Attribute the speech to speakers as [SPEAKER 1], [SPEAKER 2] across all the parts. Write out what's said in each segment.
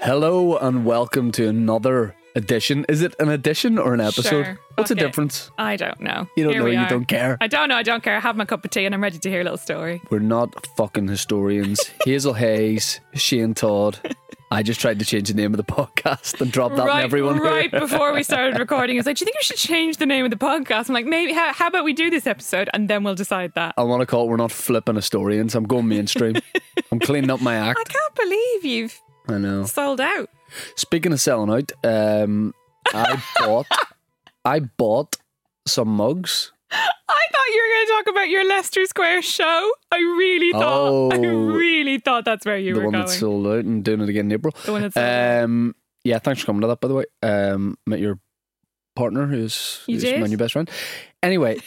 [SPEAKER 1] Hello and welcome to another edition. Is it an edition or an episode?
[SPEAKER 2] Sure.
[SPEAKER 1] What's
[SPEAKER 2] Fuck
[SPEAKER 1] the
[SPEAKER 2] it.
[SPEAKER 1] difference?
[SPEAKER 2] I don't know.
[SPEAKER 1] You don't
[SPEAKER 2] Here
[SPEAKER 1] know,
[SPEAKER 2] we
[SPEAKER 1] you
[SPEAKER 2] are.
[SPEAKER 1] don't care.
[SPEAKER 2] I don't know. I don't care. I have my cup of tea and I'm ready to hear a little story.
[SPEAKER 1] We're not fucking historians. Hazel Hayes, Shane Todd. I just tried to change the name of the podcast and drop that on
[SPEAKER 2] right,
[SPEAKER 1] everyone. here.
[SPEAKER 2] right before we started recording, I was like, "Do you think we should change the name of the podcast?" I'm like, "Maybe. How, how about we do this episode and then we'll decide that."
[SPEAKER 1] I want to call it We're Not Flipping Historians. I'm going mainstream. I'm cleaning up my
[SPEAKER 2] I
[SPEAKER 1] act.
[SPEAKER 2] can't believe you've
[SPEAKER 1] I know.
[SPEAKER 2] sold out.
[SPEAKER 1] Speaking of selling out, um, I bought I bought some mugs.
[SPEAKER 2] I thought you were going to talk about your Leicester Square show. I really thought. I
[SPEAKER 1] Oh.
[SPEAKER 2] really thought that's where you
[SPEAKER 1] the
[SPEAKER 2] were
[SPEAKER 1] one
[SPEAKER 2] going.
[SPEAKER 1] that's sold out and doing it again in April.
[SPEAKER 2] the one that's sold out.
[SPEAKER 1] Um, yeah, thanks for coming to that, by the way. Um, met your partner, who's,
[SPEAKER 2] You
[SPEAKER 1] who's
[SPEAKER 2] did?
[SPEAKER 1] my new best friend. Anyway,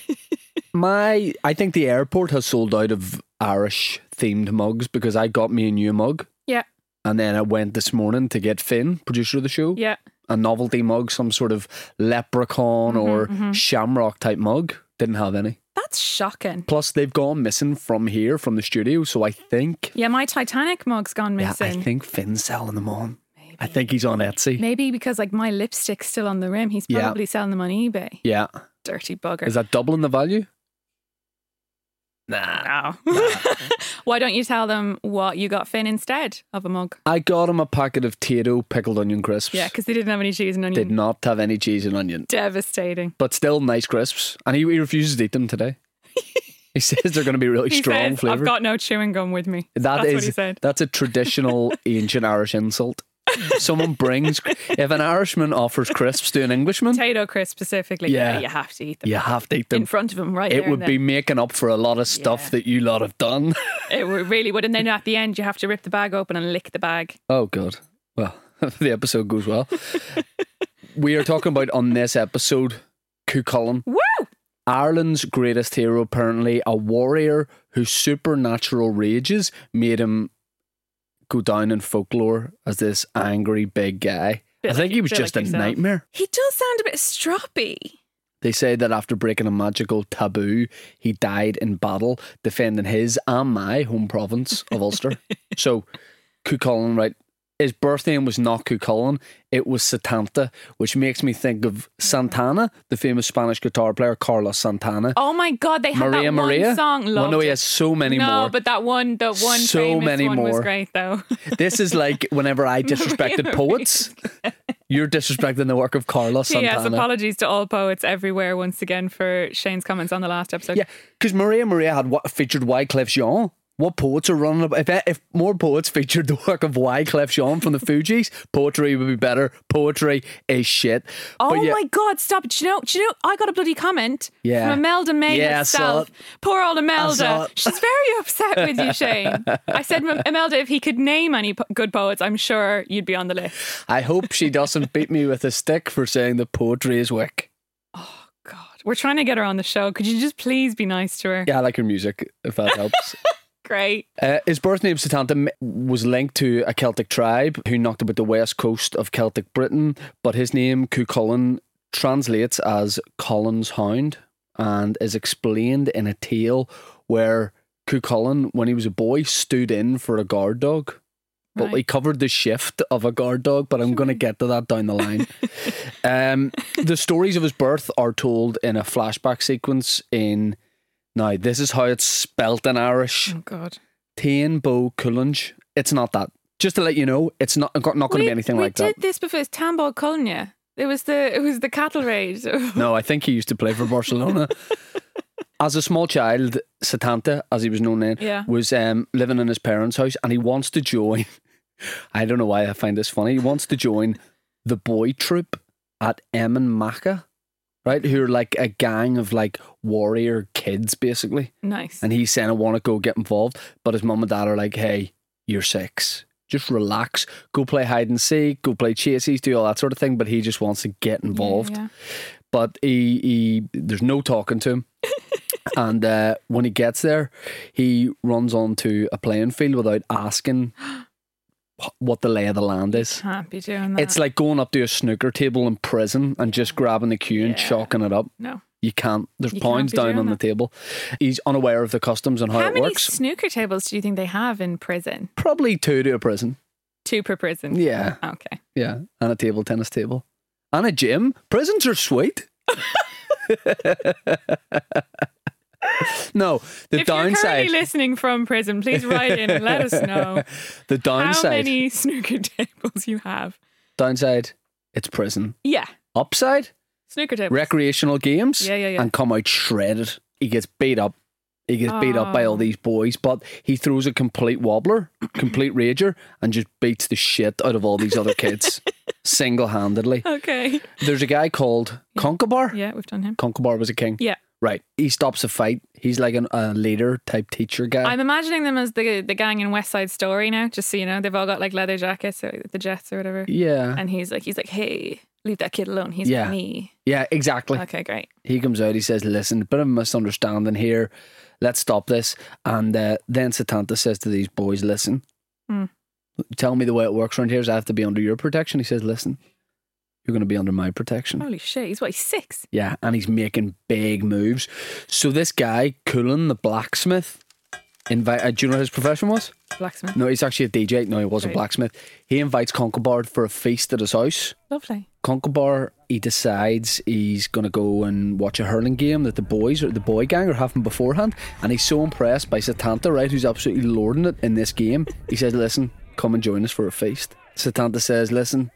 [SPEAKER 1] my I think the airport has sold out of Irish themed mugs because I got me a new mug.
[SPEAKER 2] Yeah.
[SPEAKER 1] And then I went this morning to get Finn, producer of the show,
[SPEAKER 2] yeah.
[SPEAKER 1] a novelty mug, some sort of leprechaun
[SPEAKER 2] Mm-hmm,
[SPEAKER 1] or shamrock type mug. Didn't have any.
[SPEAKER 2] That's shocking.
[SPEAKER 1] Plus, they've gone missing from here, from the studio. So I think,
[SPEAKER 2] Yeah, my Titanic mug's gone
[SPEAKER 1] yeah,
[SPEAKER 2] missing.
[SPEAKER 1] I think Finn's selling them on. I think he's on Etsy.
[SPEAKER 2] Maybe because like my lipstick's still on the rim, he's
[SPEAKER 1] Yeah.
[SPEAKER 2] probably selling them on eBay.
[SPEAKER 1] Yeah.
[SPEAKER 2] Dirty bugger.
[SPEAKER 1] Is that doubling the value? Nah.
[SPEAKER 2] No. Why don't you tell them what you got Finn instead of a mug?
[SPEAKER 1] I got him a packet of Tato pickled onion crisps.
[SPEAKER 2] Yeah, because they didn't have any cheese and onion.
[SPEAKER 1] Did not have any cheese and onion,
[SPEAKER 2] Devastating.
[SPEAKER 1] but still nice crisps. And he, he refuses to eat them today. he says they're going to be really
[SPEAKER 2] He
[SPEAKER 1] strong
[SPEAKER 2] says,
[SPEAKER 1] flavour.
[SPEAKER 2] I've got no chewing gum with me.
[SPEAKER 1] That
[SPEAKER 2] That's
[SPEAKER 1] is
[SPEAKER 2] what he said.
[SPEAKER 1] that's a traditional ancient Irish insult. Someone brings if an Irishman offers crisps to an Englishman,
[SPEAKER 2] Potato crisp specifically.
[SPEAKER 1] Yeah.
[SPEAKER 2] Yeah. you have to eat them.
[SPEAKER 1] you have to eat
[SPEAKER 2] In
[SPEAKER 1] them.
[SPEAKER 2] front of him, right? there
[SPEAKER 1] It
[SPEAKER 2] and
[SPEAKER 1] would
[SPEAKER 2] then.
[SPEAKER 1] be making up for a lot of stuff
[SPEAKER 2] Yeah.
[SPEAKER 1] that you lot have done.
[SPEAKER 2] It would- really would. And then at the end, you have to rip the bag open and lick the bag.
[SPEAKER 1] Oh god. Well, the episode goes well. we are talking about on this episode Cuchulainn,
[SPEAKER 2] Woo!
[SPEAKER 1] Ireland's greatest hero apparently, a warrior whose supernatural rages made him go down in folklore as this angry big guy.
[SPEAKER 2] Bit
[SPEAKER 1] I think
[SPEAKER 2] like-
[SPEAKER 1] he was
[SPEAKER 2] bit
[SPEAKER 1] just
[SPEAKER 2] like
[SPEAKER 1] a
[SPEAKER 2] yourself.
[SPEAKER 1] nightmare.
[SPEAKER 2] He does sound a bit stroppy.
[SPEAKER 1] They say that after breaking a magical taboo, he died in battle defending his and my home province of Ulster. So, Cuchulainn, right? His birth name was not Cuchulainn; it was Satanta, which makes me think of Santana, the famous Spanish guitar player Carlos Santana.
[SPEAKER 2] Oh my God, they had
[SPEAKER 1] Maria
[SPEAKER 2] that
[SPEAKER 1] Maria. oh
[SPEAKER 2] one song.
[SPEAKER 1] well,
[SPEAKER 2] Loved
[SPEAKER 1] no, he
[SPEAKER 2] it.
[SPEAKER 1] has so many
[SPEAKER 2] no,
[SPEAKER 1] more.
[SPEAKER 2] but that one, the one
[SPEAKER 1] So
[SPEAKER 2] famous
[SPEAKER 1] many
[SPEAKER 2] one was
[SPEAKER 1] more.
[SPEAKER 2] great though.
[SPEAKER 1] this is like whenever I disrespected
[SPEAKER 2] Maria.
[SPEAKER 1] poets, you're disrespecting the work of Carlos
[SPEAKER 2] P.S.
[SPEAKER 1] Santana.
[SPEAKER 2] Apologies to all poets everywhere once again for Shane's comments on the last episode.
[SPEAKER 1] Yeah, because Maria Maria had what featured Wyclef Jean. What poets are running up? If, e, if more poets featured the work of Wyclef Jean from the Fugees, poetry would be better. Poetry is shit.
[SPEAKER 2] Oh
[SPEAKER 1] But yeah,
[SPEAKER 2] my God! Stop it! Do you know? Do you know? I got a bloody comment
[SPEAKER 1] Yeah.
[SPEAKER 2] from Imelda May
[SPEAKER 1] Yeah, I saw
[SPEAKER 2] herself.
[SPEAKER 1] it.
[SPEAKER 2] Poor old
[SPEAKER 1] saw
[SPEAKER 2] Imelda.
[SPEAKER 1] it.
[SPEAKER 2] She's very upset with you, Shane. I said, "M- Imelda, if he could name any po- good poets, I'm sure you'd be on the list.
[SPEAKER 1] I hope she doesn't beat me with a stick for saying that poetry is wick.
[SPEAKER 2] God, we're trying to get her on the show. Could you just please be nice to her?
[SPEAKER 1] Yeah, I like her music, if that helps.
[SPEAKER 2] Great.
[SPEAKER 1] Uh, his birth name, Satanta, m- was linked to a Celtic tribe who knocked about the west coast of Celtic Britain, but his name, Cuchulainn, translates as Colin's Hound and is explained in a tale where Cuchulainn, when he was a boy, stood in for a guard dog. But
[SPEAKER 2] Right.
[SPEAKER 1] he covered the shift of a guard dog, but I'm going to get to that down the line. um, the stories of his birth are told in a flashback sequence in. Now, this is how it's spelt in Irish.
[SPEAKER 2] Oh God.
[SPEAKER 1] Tain Bo Cullinge. It's not that. Just to let you know, it's not got- not going to
[SPEAKER 2] we,
[SPEAKER 1] be anything
[SPEAKER 2] we
[SPEAKER 1] like
[SPEAKER 2] did
[SPEAKER 1] that.
[SPEAKER 2] this before. It's Tambor Culnia. It was the it was the cattle raid.
[SPEAKER 1] No, I think he used to play for Barcelona. as a small child, Satanta, as he was known then,
[SPEAKER 2] Yeah.
[SPEAKER 1] was um, living in his parents' house, and he wants to join. I don't know why I find this funny. He wants to join the boy troop at Emin Maca, right? Who are like a gang of like warrior kids, basically.
[SPEAKER 2] nice.
[SPEAKER 1] And he's saying, I want to go get involved. But his mum and dad are like, hey, you're six. Just relax. Go play hide and seek. Go play chases. Do all that sort of thing. But he just wants to get involved.
[SPEAKER 2] Yeah, yeah.
[SPEAKER 1] But he, he there's no talking to him. and uh, when he gets there, he runs onto a playing field without asking wh- what the lay of the land is.
[SPEAKER 2] Can't be doing that.
[SPEAKER 1] It's like going up to a snooker table in prison and just grabbing the cue and
[SPEAKER 2] Mm. Yeah.
[SPEAKER 1] chalking it up.
[SPEAKER 2] no.
[SPEAKER 1] You can't. There's
[SPEAKER 2] You can't
[SPEAKER 1] pounds
[SPEAKER 2] be
[SPEAKER 1] down
[SPEAKER 2] doing
[SPEAKER 1] on
[SPEAKER 2] that.
[SPEAKER 1] the table. He's unaware of the customs and how,
[SPEAKER 2] How
[SPEAKER 1] it
[SPEAKER 2] many
[SPEAKER 1] works.
[SPEAKER 2] snooker tables do you think they have in prison?
[SPEAKER 1] probably two to a prison.
[SPEAKER 2] Two per prison.
[SPEAKER 1] Yeah,
[SPEAKER 2] Okay.
[SPEAKER 1] yeah. And a table tennis table. And a gym. Prisons are sweet. no, the
[SPEAKER 2] if you're
[SPEAKER 1] downside.
[SPEAKER 2] currently listening from prison, please write in and let us know
[SPEAKER 1] the
[SPEAKER 2] how
[SPEAKER 1] downside.
[SPEAKER 2] many snooker tables you have.
[SPEAKER 1] Downside, it's prison.
[SPEAKER 2] Yeah,
[SPEAKER 1] Upside,
[SPEAKER 2] snooker tables.
[SPEAKER 1] recreational games.
[SPEAKER 2] Yeah, yeah, yeah.
[SPEAKER 1] And come out shredded. He gets beat up. He gets beat up by all
[SPEAKER 2] Oh.
[SPEAKER 1] these boys, but he throws a complete wobbler, complete rager, and just beats the shit out of all these other kids single handedly.
[SPEAKER 2] okay.
[SPEAKER 1] There's a guy called Concobar.
[SPEAKER 2] Yeah, we've done him.
[SPEAKER 1] Concobar was a king.
[SPEAKER 2] Yeah.
[SPEAKER 1] Right. He stops a fight. He's like an, a leader type teacher guy.
[SPEAKER 2] I'm imagining them as the the gang in West Side Story now. Just so you know, they've all got like leather jackets, or the Jets or whatever.
[SPEAKER 1] yeah.
[SPEAKER 2] And he's like, he's like, hey, leave that kid alone. He's
[SPEAKER 1] Yeah.
[SPEAKER 2] me.
[SPEAKER 1] yeah, exactly.
[SPEAKER 2] Okay, great.
[SPEAKER 1] He comes out. He says, "Listen, bit of a misunderstanding here. Let's stop this." And uh, then Satanta says to these boys, "Listen,
[SPEAKER 2] Hmm.
[SPEAKER 1] tell me the way it works around here is I have to be under your protection." He says, "Listen, you're going to be under my protection."
[SPEAKER 2] Holy shit, he's what? He's six.
[SPEAKER 1] Yeah, and he's making big moves. So this guy, Cullen the blacksmith, invite. Uh, do you know what his profession was?
[SPEAKER 2] Blacksmith.
[SPEAKER 1] No, he's actually a DJ. No, he was a
[SPEAKER 2] Right.
[SPEAKER 1] blacksmith. He invites Concobar for a feast at his house.
[SPEAKER 2] Lovely.
[SPEAKER 1] Concobar, he decides he's going to go and watch a hurling game that the boys or the boy gang are having beforehand. And he's so impressed by Satanta, right, who's absolutely lording it in this game. He says, Listen, come and join us for a feast. Satanta says, Listen,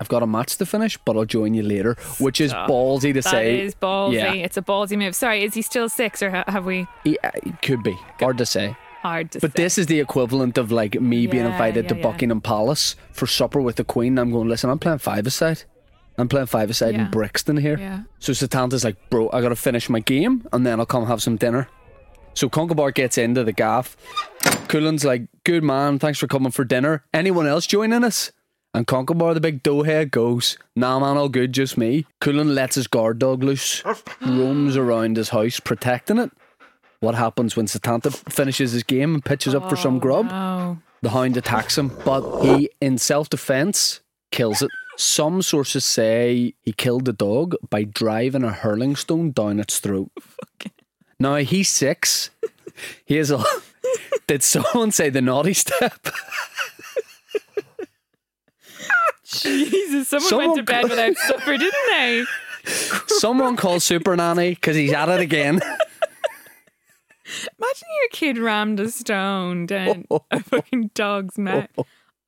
[SPEAKER 1] I've got a match to finish, but I'll join you later, which is ballsy to
[SPEAKER 2] Ah. That
[SPEAKER 1] say.
[SPEAKER 2] is ballsy.
[SPEAKER 1] Yeah.
[SPEAKER 2] It's a ballsy move. Sorry, is he still six or ha- have we
[SPEAKER 1] He- uh, it could be. Hard to say.
[SPEAKER 2] hard to
[SPEAKER 1] But
[SPEAKER 2] say?
[SPEAKER 1] this is the equivalent of like me being
[SPEAKER 2] Yeah,
[SPEAKER 1] invited to
[SPEAKER 2] yeah, yeah.
[SPEAKER 1] Buckingham Palace for supper with the Queen. I'm going, listen, I'm playing five aside. I'm playing five aside
[SPEAKER 2] Yeah.
[SPEAKER 1] in Brixton here.
[SPEAKER 2] Yeah.
[SPEAKER 1] So Satanta's like, bro, I gotta finish my game and then I'll come have some dinner. So Concobar gets into the gaff. Coolin's like, good man, thanks for coming for dinner. Anyone else joining us? And Concobar, the big doughhead, goes, nah man, all good, just me. Coolin lets his guard dog loose, roams around his house, protecting it. What happens when Satanta finishes his game and pitches up for some grub?
[SPEAKER 2] Oh,
[SPEAKER 1] The hound attacks him, but he, in self defense, kills it. Some sources say he killed the dog by driving a hurling stone down its throat. Now he's six. He is a. Did someone say the naughty step?
[SPEAKER 2] Jesus! Someone,
[SPEAKER 1] Someone
[SPEAKER 2] went to bed
[SPEAKER 1] co-
[SPEAKER 2] without supper, didn't they?
[SPEAKER 1] Someone calls Super Nanny because he's at it again.
[SPEAKER 2] Imagine your kid rammed a stone down a fucking dog's mouth.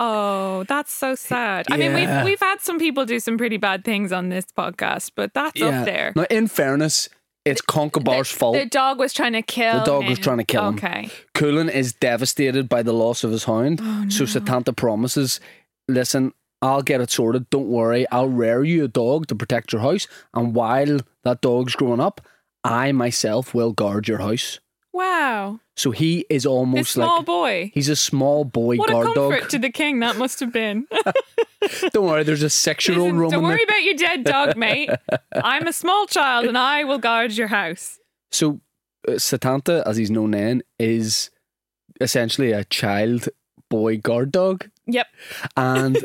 [SPEAKER 2] Oh, that's so sad. I mean,
[SPEAKER 1] Yeah.
[SPEAKER 2] we've we've had some people do some pretty bad things on this podcast, but that's up there.
[SPEAKER 1] Now, in fairness, it's Concobar's fault.
[SPEAKER 2] The dog was trying to kill.
[SPEAKER 1] The dog was
[SPEAKER 2] him.
[SPEAKER 1] trying to kill him.
[SPEAKER 2] Okay.
[SPEAKER 1] Coolin is devastated by the loss of his hound.
[SPEAKER 2] Oh,
[SPEAKER 1] So Satanta promises, listen, I'll get it sorted. Don't worry. I'll rear you a dog to protect your house. And while that dog's growing up, I myself will guard your house.
[SPEAKER 2] Wow.
[SPEAKER 1] So he is
[SPEAKER 2] This
[SPEAKER 1] almost
[SPEAKER 2] small
[SPEAKER 1] like
[SPEAKER 2] boy.
[SPEAKER 1] he's a small boy
[SPEAKER 2] What a
[SPEAKER 1] guard
[SPEAKER 2] comfort
[SPEAKER 1] dog.
[SPEAKER 2] to the king that must have been.
[SPEAKER 1] Don't worry, there's a six year old
[SPEAKER 2] Listen,
[SPEAKER 1] roaming
[SPEAKER 2] don't
[SPEAKER 1] there.
[SPEAKER 2] worry about your dead dog, mate. I'm a small child and I will guard your house.
[SPEAKER 1] So uh, Satanta, as he's known then, is essentially a child boy guard dog.
[SPEAKER 2] Yep.
[SPEAKER 1] And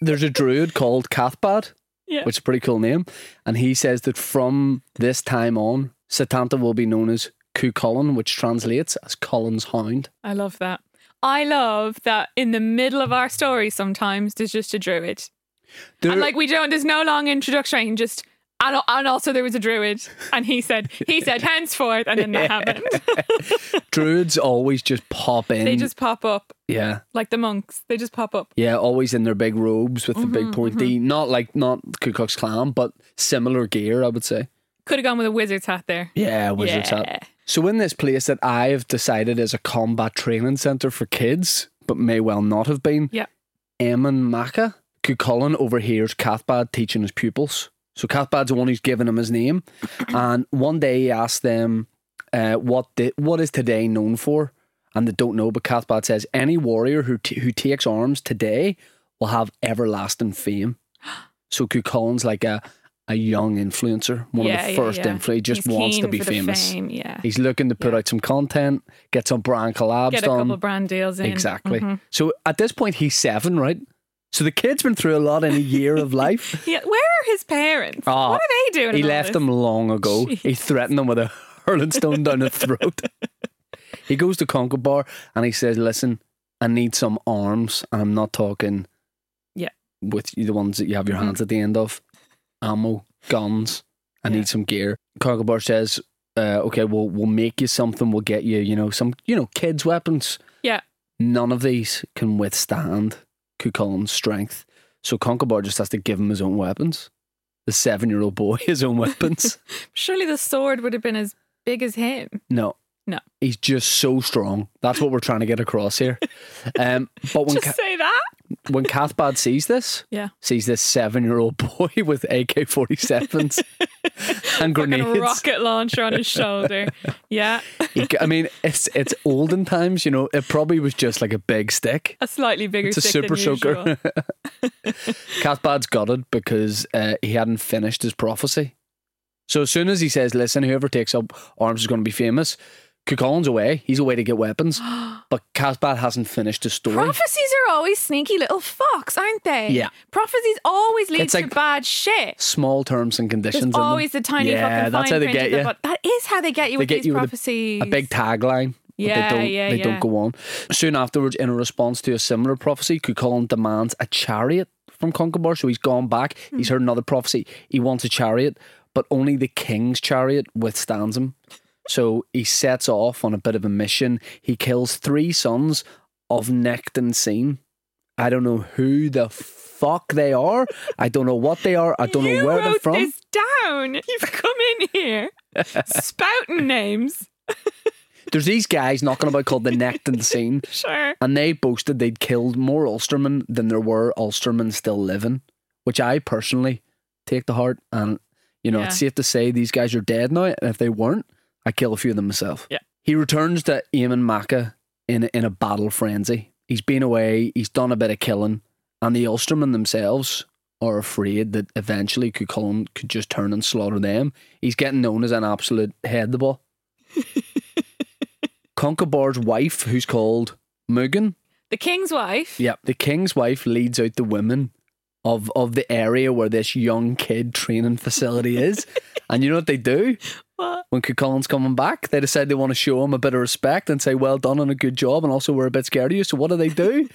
[SPEAKER 1] there's a druid called Cathbad.
[SPEAKER 2] Yeah.
[SPEAKER 1] which is a pretty cool name. And he says that from this time on, Satanta will be known as Cú Cullen, which translates as Cullen's Hound.
[SPEAKER 2] I love that. I love that in the middle of our story sometimes there's just a druid.
[SPEAKER 1] There-
[SPEAKER 2] And like we don't there's no long introduction, just and, and also there was a druid and he said he said henceforth and then that happened.
[SPEAKER 1] druids always just pop in.
[SPEAKER 2] they just pop up
[SPEAKER 1] yeah,
[SPEAKER 2] like the monks. They just pop up.
[SPEAKER 1] yeah, always in their big robes with the big
[SPEAKER 2] Mm-hmm,
[SPEAKER 1] pointy. Not like not Ku Klux Klan, but similar gear, I would say.
[SPEAKER 2] Could have gone with a wizard's hat there.
[SPEAKER 1] Yeah, wizard's
[SPEAKER 2] yeah.
[SPEAKER 1] hat. So in this place that I have decided is a combat training center for kids, but may well not have been.
[SPEAKER 2] Yeah.
[SPEAKER 1] Eamon Maka, Cú Cullen overhears Cathbad teaching his pupils. So Cathbad's the one who's given him his name, and one day he asks them, uh, "What the, what is today known for?" And they don't know, but Cathbad says, "Any warrior who t- who takes arms today will have everlasting fame." So Cú Cullen's like a a young influencer, one
[SPEAKER 2] Yeah,
[SPEAKER 1] of the
[SPEAKER 2] yeah,
[SPEAKER 1] first
[SPEAKER 2] yeah.
[SPEAKER 1] influencers, just
[SPEAKER 2] He's
[SPEAKER 1] wants to
[SPEAKER 2] keen
[SPEAKER 1] be
[SPEAKER 2] for the
[SPEAKER 1] famous.
[SPEAKER 2] fame, yeah.
[SPEAKER 1] He's looking to put out some content, get some brand collabs
[SPEAKER 2] Get a
[SPEAKER 1] done.
[SPEAKER 2] couple brand deals in.
[SPEAKER 1] Exactly.
[SPEAKER 2] Mhm.
[SPEAKER 1] So at this point, he's seven, right? So the kid's been through a lot in a year of life.
[SPEAKER 2] Yeah, where are his parents?
[SPEAKER 1] Ah,
[SPEAKER 2] what are they doing?
[SPEAKER 1] He
[SPEAKER 2] in all
[SPEAKER 1] left
[SPEAKER 2] this?
[SPEAKER 1] them long ago. He threatened them with a hurling stone down the throat. he goes to Conquer Bar and he says, Listen, I need some arms. And I'm not talking
[SPEAKER 2] Yeah. Mm-hmm.
[SPEAKER 1] with the ones that you have your hands at the end of. Ammo, guns. I
[SPEAKER 2] Yeah.
[SPEAKER 1] need some gear. Cargo Bar says, uh, okay, we'll we'll make you something, we'll get you, you know, some you know, kids' weapons.
[SPEAKER 2] Yeah.
[SPEAKER 1] None of these can withstand Kukulin's strength. So Conkabar just has to give him his own weapons. The seven year old boy his own weapons.
[SPEAKER 2] Surely the sword would have been as big as him.
[SPEAKER 1] No.
[SPEAKER 2] No.
[SPEAKER 1] He's just so strong. That's what we're trying to get across here. Um, but when
[SPEAKER 2] Just
[SPEAKER 1] Ca-
[SPEAKER 2] say that.
[SPEAKER 1] when Cathbad sees this,
[SPEAKER 2] Yeah.
[SPEAKER 1] sees this seven year old boy with AK 47s and
[SPEAKER 2] Fucking
[SPEAKER 1] grenades.
[SPEAKER 2] rocket launcher on his shoulder. Yeah.
[SPEAKER 1] He ca- I mean, it's it's olden times, you know, it probably was just like a big stick.
[SPEAKER 2] A slightly bigger
[SPEAKER 1] It's a
[SPEAKER 2] stick
[SPEAKER 1] super
[SPEAKER 2] than usual.
[SPEAKER 1] soaker. Cathbad's gutted because uh, he hadn't finished his prophecy. So as soon as he says, listen, whoever takes up arms is going to be famous, Cucullin's away. He's away to get weapons. but Cathbad hasn't finished his story.
[SPEAKER 2] Prophecies are always sneaky little fucks, aren't they?
[SPEAKER 1] Yeah.
[SPEAKER 2] Prophecies always lead
[SPEAKER 1] It's
[SPEAKER 2] to
[SPEAKER 1] like-
[SPEAKER 2] bad shit.
[SPEAKER 1] Small terms and
[SPEAKER 2] There's
[SPEAKER 1] conditions. in them.
[SPEAKER 2] always the tiny
[SPEAKER 1] Yeah,
[SPEAKER 2] fucking
[SPEAKER 1] that's
[SPEAKER 2] fine
[SPEAKER 1] how they
[SPEAKER 2] print
[SPEAKER 1] get
[SPEAKER 2] at the
[SPEAKER 1] you.
[SPEAKER 2] bot- That is how they get you
[SPEAKER 1] They
[SPEAKER 2] with
[SPEAKER 1] get
[SPEAKER 2] these
[SPEAKER 1] you with a- a
[SPEAKER 2] prophecies.
[SPEAKER 1] a big tagline.
[SPEAKER 2] Yeah,
[SPEAKER 1] but they don't,
[SPEAKER 2] yeah,
[SPEAKER 1] they
[SPEAKER 2] yeah.
[SPEAKER 1] don't go on. Soon afterwards, in a response to a similar prophecy, Cucullin demands a chariot from Concobar. So he's gone back.
[SPEAKER 2] Hmm.
[SPEAKER 1] He's heard another prophecy. He wants a chariot, but only the king's chariot withstands him. So he sets off on a bit of a mission. He kills three sons of Necton Scene. I don't know who the fuck they are. I don't know what they are. I don't
[SPEAKER 2] you
[SPEAKER 1] know where
[SPEAKER 2] wrote
[SPEAKER 1] they're from.
[SPEAKER 2] this down. You've come in here spouting names.
[SPEAKER 1] There's these guys knocking about called the Necton Scene.
[SPEAKER 2] Sure.
[SPEAKER 1] and they boasted they'd killed more Ulstermen than there were Ulstermen still living, which I personally take to heart. And you know,
[SPEAKER 2] Yeah.
[SPEAKER 1] it's safe to say these guys are dead now. And if they weren't, I kill a few of them myself.
[SPEAKER 2] Yeah.
[SPEAKER 1] He returns to Eamon Macca in a, in a battle frenzy. He's been away. He's done a bit of killing, and the Ulstermen themselves are afraid that eventually Cucullin could just turn and slaughter them. He's getting known as an absolute head the ball. Concobar's wife, who's called Mugen,
[SPEAKER 2] The king's wife.
[SPEAKER 1] yeah, the king's wife leads out the women of of the area where this young kid training facility is, and you know what they do
[SPEAKER 2] What?
[SPEAKER 1] when Cucullin's coming back? They decide they want to show him a bit of respect and say, "Well done and a good job," and also we're a bit scared of you. So what do they do?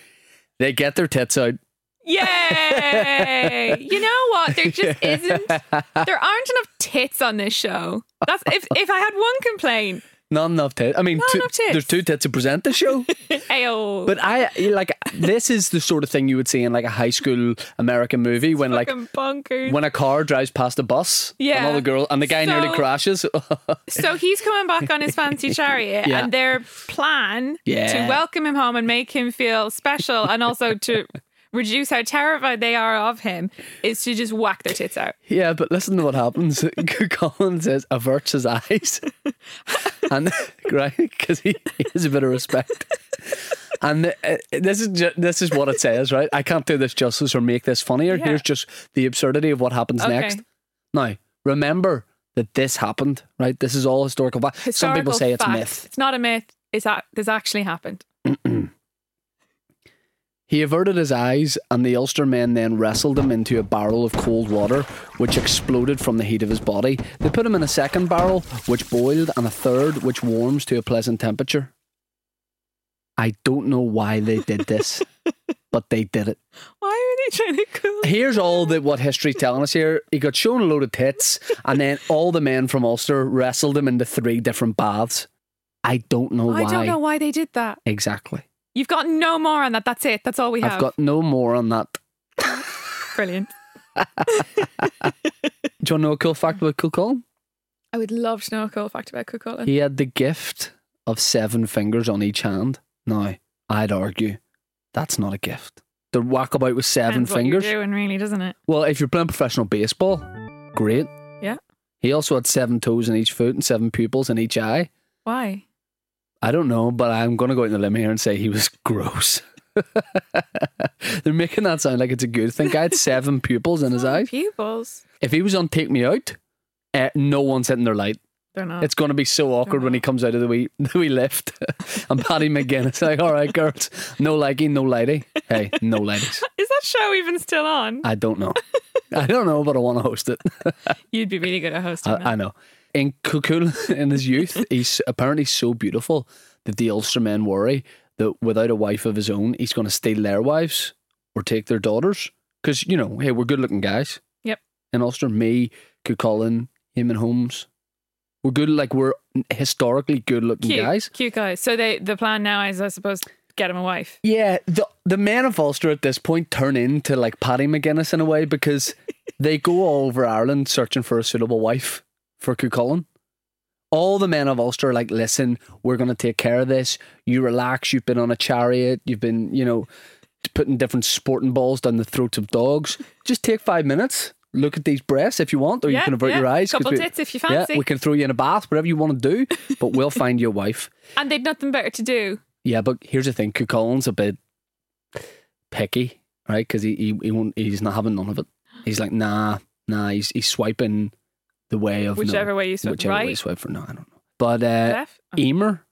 [SPEAKER 1] they get their tits out.
[SPEAKER 2] Yay! you know what? There just isn't. There aren't enough tits on this show. That's if if I had one complaint.
[SPEAKER 1] Not enough tits. I mean,
[SPEAKER 2] Not
[SPEAKER 1] two,
[SPEAKER 2] enough tits.
[SPEAKER 1] there's two tits to present the show.
[SPEAKER 2] Ayo.
[SPEAKER 1] But I like this is the sort of thing you would see in like a high school American movie when like
[SPEAKER 2] fucking bonkers.
[SPEAKER 1] when a car drives past a bus.
[SPEAKER 2] Yeah.
[SPEAKER 1] Another girl and the guy
[SPEAKER 2] So-
[SPEAKER 1] nearly crashes.
[SPEAKER 2] so he's coming back on his fancy chariot,
[SPEAKER 1] Yeah.
[SPEAKER 2] and their plan
[SPEAKER 1] Yeah.
[SPEAKER 2] to welcome him home and make him feel special, and also to reduce how terrified they are of him, is to just whack their tits out.
[SPEAKER 1] Yeah, but listen to what happens. Colin says averts his eyes, and right because he has a bit of respect. And uh, this is ju- this is what it says, right? I can't do this justice or make this funnier.
[SPEAKER 2] Yeah.
[SPEAKER 1] Here's just the absurdity of what happens
[SPEAKER 2] Okay.
[SPEAKER 1] next. Now, remember that this happened, right? This is all historical fact. Some people
[SPEAKER 2] Historical
[SPEAKER 1] say it's
[SPEAKER 2] fact.
[SPEAKER 1] myth.
[SPEAKER 2] It's not a myth. It's a- this actually happened.
[SPEAKER 1] He averted his eyes, and the Ulster men then wrestled him into a barrel of cold water, which exploded from the heat of his body. They put him in a second barrel, which boiled, and a third, which warms to a pleasant temperature. I don't know why they did this, but they did it.
[SPEAKER 2] Why are they trying to cool?
[SPEAKER 1] Here's all that what history's telling us here. He got shown a load of tits, and then all the men from Ulster wrestled him into three different baths. I don't know why
[SPEAKER 2] I don't know why they did that.
[SPEAKER 1] exactly.
[SPEAKER 2] You've got no more on that. That's it. That's all we have.
[SPEAKER 1] I've got no more on that.
[SPEAKER 2] Brilliant.
[SPEAKER 1] Do you want to know a cool fact about Cucullin?
[SPEAKER 2] I would love to know a cool fact about Cucullin.
[SPEAKER 1] He had the gift of seven fingers on each hand. Now, I'd argue that's not a gift. The whackabout with seven
[SPEAKER 2] Depends what you're
[SPEAKER 1] fingers.
[SPEAKER 2] doing really, doesn't it?
[SPEAKER 1] Well, if you're playing professional baseball, great.
[SPEAKER 2] Yeah.
[SPEAKER 1] He also had seven toes in each foot and seven pupils in each eye.
[SPEAKER 2] Why?
[SPEAKER 1] I don't know, but I'm going to go out on the limb here and say he was gross. They're making that sound like it's a good thing. I had seven pupils in his eyes.
[SPEAKER 2] Oh, Pupils.
[SPEAKER 1] If he was on Take Me Out, uh, no one's hitting their light.
[SPEAKER 2] They're not.
[SPEAKER 1] It's going to be so awkward when he comes out of the wee the wee lift. and Paddy McGinnis like, all right, girls, no likey, no lady. Hey, no ladies.
[SPEAKER 2] Is that show even still on?
[SPEAKER 1] I don't know. I don't know, but I want to host it.
[SPEAKER 2] You'd be really good at hosting that.
[SPEAKER 1] I, I know. In Kukul, in his youth, he's apparently so beautiful that the Ulster men worry that without a wife of his own, he's going to steal their wives or take their daughters. Because, you know, hey, we're good looking guys.
[SPEAKER 2] Yep.
[SPEAKER 1] In Ulster, me, Cucullin, him and Holmes. We're good, like, we're historically good looking
[SPEAKER 2] Cute
[SPEAKER 1] guys.
[SPEAKER 2] Cute guys. So they the plan now is I suppose get him a wife.
[SPEAKER 1] Yeah, the the men of Ulster at this point turn into like Paddy McGuinness in a way because they go all over Ireland searching for a suitable wife for Cucullin. All the men of Ulster are like, listen, we're going to take care of this. You relax. You've been on a chariot. You've been, you know, putting different sporting balls down the throats of dogs. Just take five minutes. Look at these breasts if you want, or you
[SPEAKER 2] Yeah,
[SPEAKER 1] can avert
[SPEAKER 2] yeah.
[SPEAKER 1] your eyes. 'cause
[SPEAKER 2] Couple
[SPEAKER 1] we-
[SPEAKER 2] tits if you
[SPEAKER 1] Yeah,
[SPEAKER 2] fancy.
[SPEAKER 1] we can throw you in a bath, whatever you want to do, but we'll find you a wife.
[SPEAKER 2] And they'd nothing better to do.
[SPEAKER 1] Yeah, but here's the thing: Cucullin's a bit picky, right? Because he, he he won't. He's not having none of it. He's like, nah, nah. He's he's swiping the way of no.
[SPEAKER 2] Whichever way you swipe,
[SPEAKER 1] whichever way you
[SPEAKER 2] right?
[SPEAKER 1] swipe for. No, I don't know. But uh,
[SPEAKER 2] Left?
[SPEAKER 1] Emer,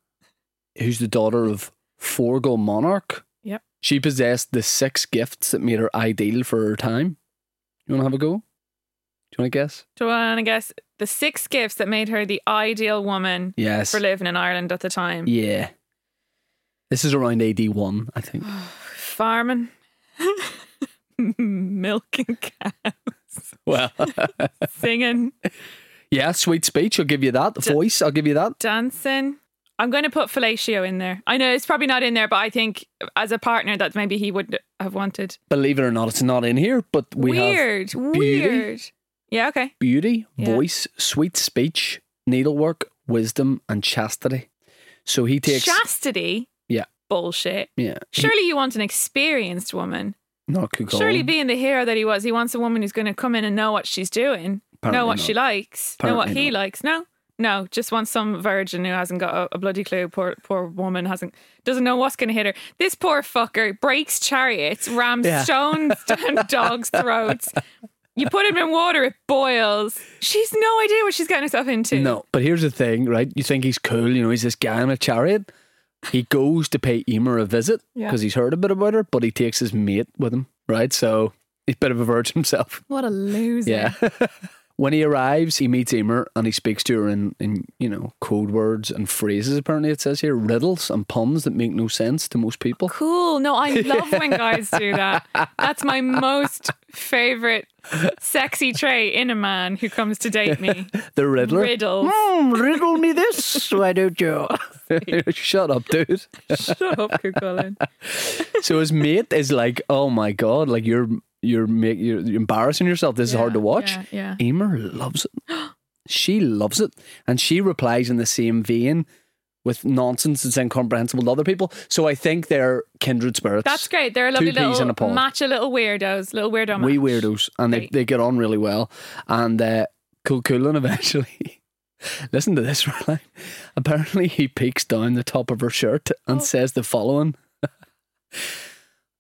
[SPEAKER 1] who's the daughter of Forgo Monarch,
[SPEAKER 2] Yep.
[SPEAKER 1] she possessed the six gifts that made her ideal for her time. You want to have a go? Do you want to guess?
[SPEAKER 2] Do you want to uh, guess the six gifts that made her the ideal woman
[SPEAKER 1] Yes.
[SPEAKER 2] for living in Ireland at the time?
[SPEAKER 1] Yeah. This is around AD one, I think.
[SPEAKER 2] Farming, milking cows,
[SPEAKER 1] Well.
[SPEAKER 2] singing,
[SPEAKER 1] Yeah, sweet speech. I'll give you that. Voice, I'll give you that.
[SPEAKER 2] dancing. I'm going to put fellatio in there. I know it's probably not in there, but I think as a partner, that maybe he would have wanted.
[SPEAKER 1] Believe it or not, it's not in here, but we have
[SPEAKER 2] weird,
[SPEAKER 1] beauty.
[SPEAKER 2] weird. Yeah, okay.
[SPEAKER 1] beauty,
[SPEAKER 2] Yeah.
[SPEAKER 1] voice, sweet speech, needlework, wisdom, and chastity. So he takes.
[SPEAKER 2] Chastity.
[SPEAKER 1] Yeah.
[SPEAKER 2] Bullshit.
[SPEAKER 1] yeah. he-
[SPEAKER 2] Surely you want an experienced woman.
[SPEAKER 1] not a cuckold.
[SPEAKER 2] Surely being the hero that he was, he wants a woman who's going to come in and know what she's doing, know
[SPEAKER 1] Apparently
[SPEAKER 2] what she
[SPEAKER 1] not.
[SPEAKER 2] likes, know what
[SPEAKER 1] Apparently
[SPEAKER 2] he
[SPEAKER 1] not.
[SPEAKER 2] likes. No, no, just wants some virgin who hasn't got a, a bloody clue. Poor, poor woman hasn't, doesn't know what's going to hit her. This poor fucker breaks chariots, rams
[SPEAKER 1] Yeah.
[SPEAKER 2] stones down dogs' throats. You put him in water, it boils. She's no idea what she's getting herself into.
[SPEAKER 1] No, but here's the thing, right? You think he's cool, you know, he's this guy in a chariot. He goes to pay Emer a visit
[SPEAKER 2] Yeah.
[SPEAKER 1] because he's heard a bit about her, but he takes his mate with him, right? So he's a bit of a virgin himself.
[SPEAKER 2] What a loser.
[SPEAKER 1] Yeah. when he arrives, he meets Emer and he speaks to her in, in, you know, code words and phrases, apparently it says here, riddles and puns that make no sense to most people.
[SPEAKER 2] Cool. No, I love when guys do that. That's my most favorite sexy trait in a man who comes to date me.
[SPEAKER 1] The Riddler.
[SPEAKER 2] Riddles.
[SPEAKER 1] Hmm, riddle me this, why don't you? Shut up, dude.
[SPEAKER 2] Shut up, Cucullin.
[SPEAKER 1] So his mate is like, oh my God, like you're you're make, you're embarrassing yourself. This is hard to watch.
[SPEAKER 2] Yeah. yeah.
[SPEAKER 1] Emer loves it. She loves it. And she replies in the same vein with nonsense that's incomprehensible to other people. So I think they're kindred spirits.
[SPEAKER 2] That's great. They're a lovely
[SPEAKER 1] Two peas
[SPEAKER 2] little
[SPEAKER 1] in a pod.
[SPEAKER 2] match of little weirdos, little weirdo
[SPEAKER 1] We
[SPEAKER 2] match.
[SPEAKER 1] weirdos. And they,
[SPEAKER 2] Right.
[SPEAKER 1] they get on really well. And uh, Cool Coolin eventually. Listen to this, Caroline. Apparently, he peeks down the top of her shirt and says the following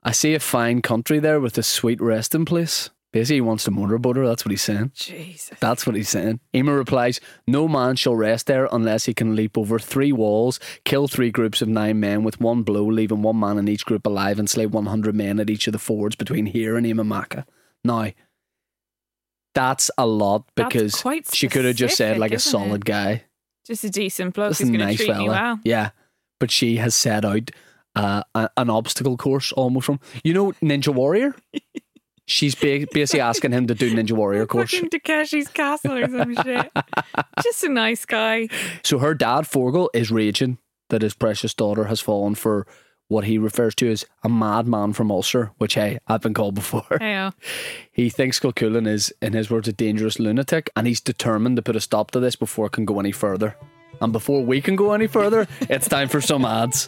[SPEAKER 1] I see a fine country there with a sweet resting place. Basically, he wants to motorboat her. That's what he's saying.
[SPEAKER 2] Jesus.
[SPEAKER 1] That's what he's saying. Emer replies, No man shall rest there unless he can leap over three walls, kill three groups of nine men with one blow, leaving one man in each group alive, and slay 100 men at each of the fords between here and Imamaka. Now, that's a lot
[SPEAKER 2] That's
[SPEAKER 1] because
[SPEAKER 2] quite
[SPEAKER 1] she could have just said,
[SPEAKER 2] specific,
[SPEAKER 1] like, a
[SPEAKER 2] isn't it?
[SPEAKER 1] solid guy.
[SPEAKER 2] Just a decent bloke
[SPEAKER 1] That's
[SPEAKER 2] who's
[SPEAKER 1] a
[SPEAKER 2] going to
[SPEAKER 1] nice
[SPEAKER 2] treat
[SPEAKER 1] fella.
[SPEAKER 2] me well.
[SPEAKER 1] Yeah. But she has set out uh, a- an obstacle course almost from, you know, Ninja Warrior? She's ba- basically asking him to do Ninja Warrior course.
[SPEAKER 2] Fucking Takeshi's castle or some shit. Just a nice guy.
[SPEAKER 1] So her dad, Forgel, is raging that his precious daughter has fallen for what he refers to as a madman from Ulster, which, hey, I've been called before.
[SPEAKER 2] Hey, oh.
[SPEAKER 1] He thinks Kilcullen is, in his words, a dangerous lunatic, and he's determined to put a stop to this before it can go any further. And before we can go any further, it's time for some ads.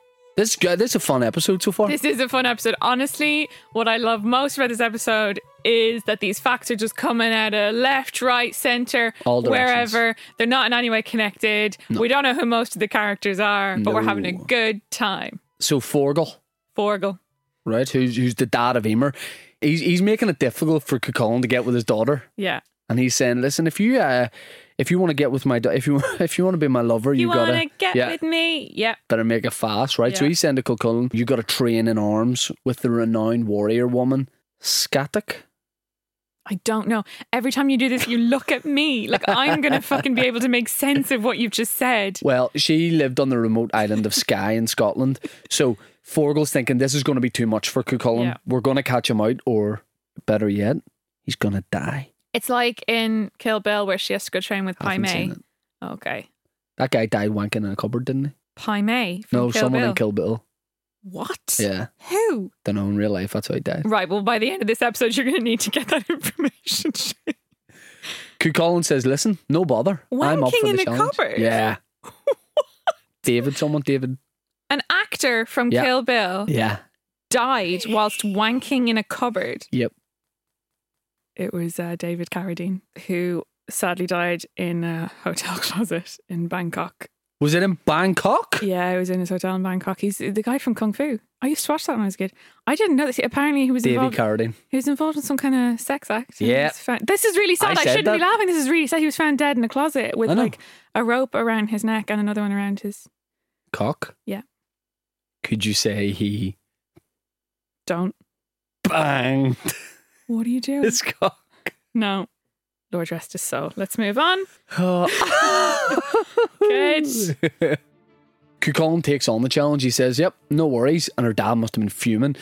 [SPEAKER 1] This guy, this is a fun episode so far.
[SPEAKER 2] This is a fun episode. Honestly, what I love most about this episode is that these facts are just coming out of left, right, centre,
[SPEAKER 1] All directions.
[SPEAKER 2] wherever. They're not in any way connected. We don't know who most of the characters are, but we're having a
[SPEAKER 1] No.
[SPEAKER 2] good time.
[SPEAKER 1] So Forgle,
[SPEAKER 2] Forgle.
[SPEAKER 1] right, who's who's the dad of Emer, he's he's making it difficult for Cucullin to get with his daughter,
[SPEAKER 2] Yeah.
[SPEAKER 1] and he's saying, "Listen, if you uh, if you want to get with my, da- if you if you want to be my lover, you,
[SPEAKER 2] You, want
[SPEAKER 1] gotta
[SPEAKER 2] to get
[SPEAKER 1] yeah,
[SPEAKER 2] with me? Yep.
[SPEAKER 1] better make it fast, right?" So
[SPEAKER 2] Yeah.
[SPEAKER 1] he's saying to Cucullin, "You got to train in arms with the renowned warrior woman, Skatic."
[SPEAKER 2] I don't know. Every time you do this, you look at me. Like, I'm going to fucking be able to make sense of what you've just said.
[SPEAKER 1] Well, she lived on the remote island of Skye in Scotland. So Forgle's thinking this is going to be too much for Cucullin.
[SPEAKER 2] Yeah.
[SPEAKER 1] We're going to catch him out, or better yet, he's going to die.
[SPEAKER 2] It's like in Kill Bill where she has to go train with Pai
[SPEAKER 1] Haven't seen
[SPEAKER 2] Mei.
[SPEAKER 1] it.
[SPEAKER 2] Okay.
[SPEAKER 1] That guy died wanking in a cupboard, didn't he?
[SPEAKER 2] Pai Mei. From
[SPEAKER 1] No,
[SPEAKER 2] Kill
[SPEAKER 1] someone
[SPEAKER 2] Bill.
[SPEAKER 1] in Kill Bill.
[SPEAKER 2] What?
[SPEAKER 1] Yeah,
[SPEAKER 2] Who?
[SPEAKER 1] don't know in real life. That's how he died.
[SPEAKER 2] Right. Well, by the end of this episode, you're going to need to get that information.
[SPEAKER 1] Cucullin says, "Listen, no bother. I'm up
[SPEAKER 2] Wanking
[SPEAKER 1] for
[SPEAKER 2] in
[SPEAKER 1] the
[SPEAKER 2] a
[SPEAKER 1] challenge."
[SPEAKER 2] cupboard?
[SPEAKER 1] Yeah. David, someone, David.
[SPEAKER 2] An actor from
[SPEAKER 1] Yeah.
[SPEAKER 2] Kill Bill
[SPEAKER 1] Yeah.
[SPEAKER 2] died whilst wanking in a cupboard.
[SPEAKER 1] Yep.
[SPEAKER 2] It was uh, David Carradine who sadly died in a hotel closet in Bangkok.
[SPEAKER 1] Was it in Bangkok?
[SPEAKER 2] Yeah, he was in his hotel in Bangkok. He's the guy from Kung Fu. I used to watch that when I was a kid. I didn't know this. Apparently, he was
[SPEAKER 1] Davy
[SPEAKER 2] involved.
[SPEAKER 1] Carradine.
[SPEAKER 2] he was involved in some kind of sex act. and he
[SPEAKER 1] Yeah.
[SPEAKER 2] was found- this is really sad.
[SPEAKER 1] I
[SPEAKER 2] I,
[SPEAKER 1] said
[SPEAKER 2] shouldn't be
[SPEAKER 1] that.
[SPEAKER 2] laughing. This is really sad. He was found dead in a closet with
[SPEAKER 1] I know.
[SPEAKER 2] like a rope around his neck and another one around his.
[SPEAKER 1] Cock.
[SPEAKER 2] Yeah.
[SPEAKER 1] Could you say he
[SPEAKER 2] Don't.
[SPEAKER 1] banged
[SPEAKER 2] What are you doing?
[SPEAKER 1] his cock?
[SPEAKER 2] no. Lord rest his soul. Let's move on.
[SPEAKER 1] Kids. Cucullin takes on the challenge. He says, Yep, no worries. And her dad must have been fuming.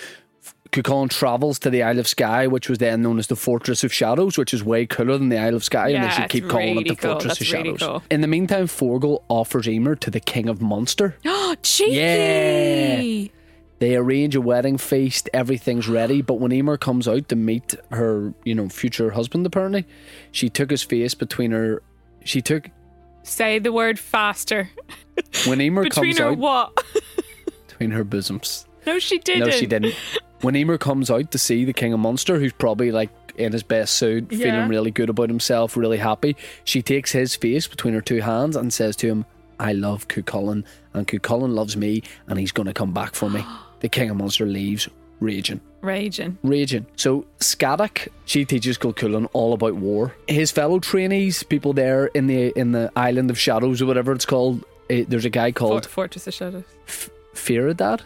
[SPEAKER 1] Cucullin travels to the Isle of Skye, which was then known as the Fortress of Shadows, which is way cooler than the Isle of Skye. and they
[SPEAKER 2] Yeah,
[SPEAKER 1] should
[SPEAKER 2] it's
[SPEAKER 1] keep calling it
[SPEAKER 2] really
[SPEAKER 1] the
[SPEAKER 2] cool.
[SPEAKER 1] Fortress
[SPEAKER 2] That's
[SPEAKER 1] of
[SPEAKER 2] really
[SPEAKER 1] Shadows.
[SPEAKER 2] cool.
[SPEAKER 1] In the meantime, Forgel offers Emer to the King of Munster.
[SPEAKER 2] Oh, cheeky.
[SPEAKER 1] Yeah. They arrange a wedding feast, everything's ready, but when Emer comes out to meet her, you know, future husband apparently, she took his face between her she took
[SPEAKER 2] Say the word faster.
[SPEAKER 1] when Emer
[SPEAKER 2] Between
[SPEAKER 1] comes
[SPEAKER 2] her
[SPEAKER 1] out
[SPEAKER 2] what?
[SPEAKER 1] between her bosoms.
[SPEAKER 2] No, she didn't.
[SPEAKER 1] No, she didn't. When Emer comes out to see the King of Monster, who's probably like in his best suit,
[SPEAKER 2] Yeah.
[SPEAKER 1] feeling really good about himself, really happy, she takes his face between her two hands and says to him, I love Cucullin, and Cucullin loves me, and he's going to come back for me. The King of Monster leaves raging.
[SPEAKER 2] Raging.
[SPEAKER 1] Raging. So Skadak, she teaches Kilcullen all about war. His fellow trainees, people there in the in the island of shadows or whatever it's called, eh, there's a guy
[SPEAKER 2] For-
[SPEAKER 1] called
[SPEAKER 2] Fortress of Shadows.
[SPEAKER 1] F- Feridad,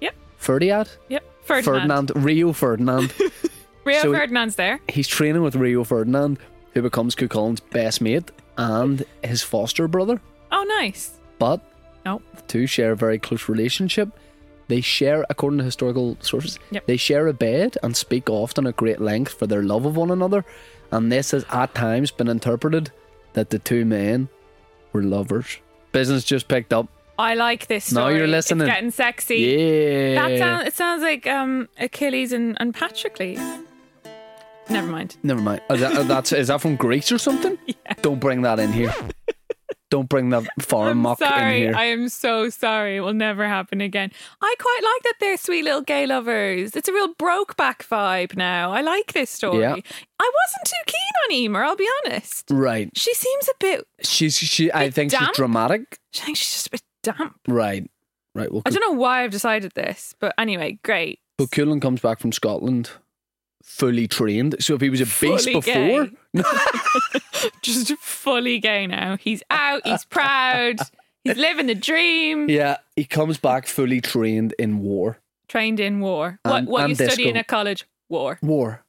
[SPEAKER 2] Yep.
[SPEAKER 1] Ferdiad,
[SPEAKER 2] Yep. Ferdinand.
[SPEAKER 1] Rio Ferdinand.
[SPEAKER 2] Rio
[SPEAKER 1] So-
[SPEAKER 2] Ferdinand's there.
[SPEAKER 1] He's training with Rio Ferdinand, who becomes Cucullin's best mate and his foster brother.
[SPEAKER 2] Oh, nice.
[SPEAKER 1] But
[SPEAKER 2] No.
[SPEAKER 1] the two share a very close relationship. They share, according to historical sources,
[SPEAKER 2] Yep.
[SPEAKER 1] they share a bed and speak often at great length for their love of one another. And this has at times been interpreted that the two men were lovers. Business just picked up.
[SPEAKER 2] I like this
[SPEAKER 1] Now
[SPEAKER 2] story.
[SPEAKER 1] you're listening.
[SPEAKER 2] It's getting sexy.
[SPEAKER 1] Yeah.
[SPEAKER 2] That sounds. It sounds like um, Achilles and, and Patrocles. Never mind.
[SPEAKER 1] Never mind. Is that, that's, is that from Greece or something? Don't bring that in here. Don't bring that foreign
[SPEAKER 2] I'm
[SPEAKER 1] muck in
[SPEAKER 2] sorry.
[SPEAKER 1] here.
[SPEAKER 2] I am so sorry. It will never happen again. I quite like that they're sweet little gay lovers. It's a real broke back vibe now. I like this story.
[SPEAKER 1] Yeah.
[SPEAKER 2] I wasn't too keen on Emer, I'll be honest.
[SPEAKER 1] right.
[SPEAKER 2] She seems a bit
[SPEAKER 1] She's she. I
[SPEAKER 2] Bit
[SPEAKER 1] think
[SPEAKER 2] damp?
[SPEAKER 1] she's dramatic.
[SPEAKER 2] I think she's just a bit damp.
[SPEAKER 1] Right. Right. Well,
[SPEAKER 2] I don't know why I've decided this, but anyway, great.
[SPEAKER 1] But Cullen comes back from Scotland fully trained. So if he was a beast
[SPEAKER 2] Fully
[SPEAKER 1] before,
[SPEAKER 2] gay. Just fully gay now. He's out, he's proud, he's living the dream.
[SPEAKER 1] yeah, he comes back fully trained in war.
[SPEAKER 2] Trained in war.
[SPEAKER 1] And-
[SPEAKER 2] what what you
[SPEAKER 1] and
[SPEAKER 2] study in
[SPEAKER 1] disco.
[SPEAKER 2] a college? War.
[SPEAKER 1] War.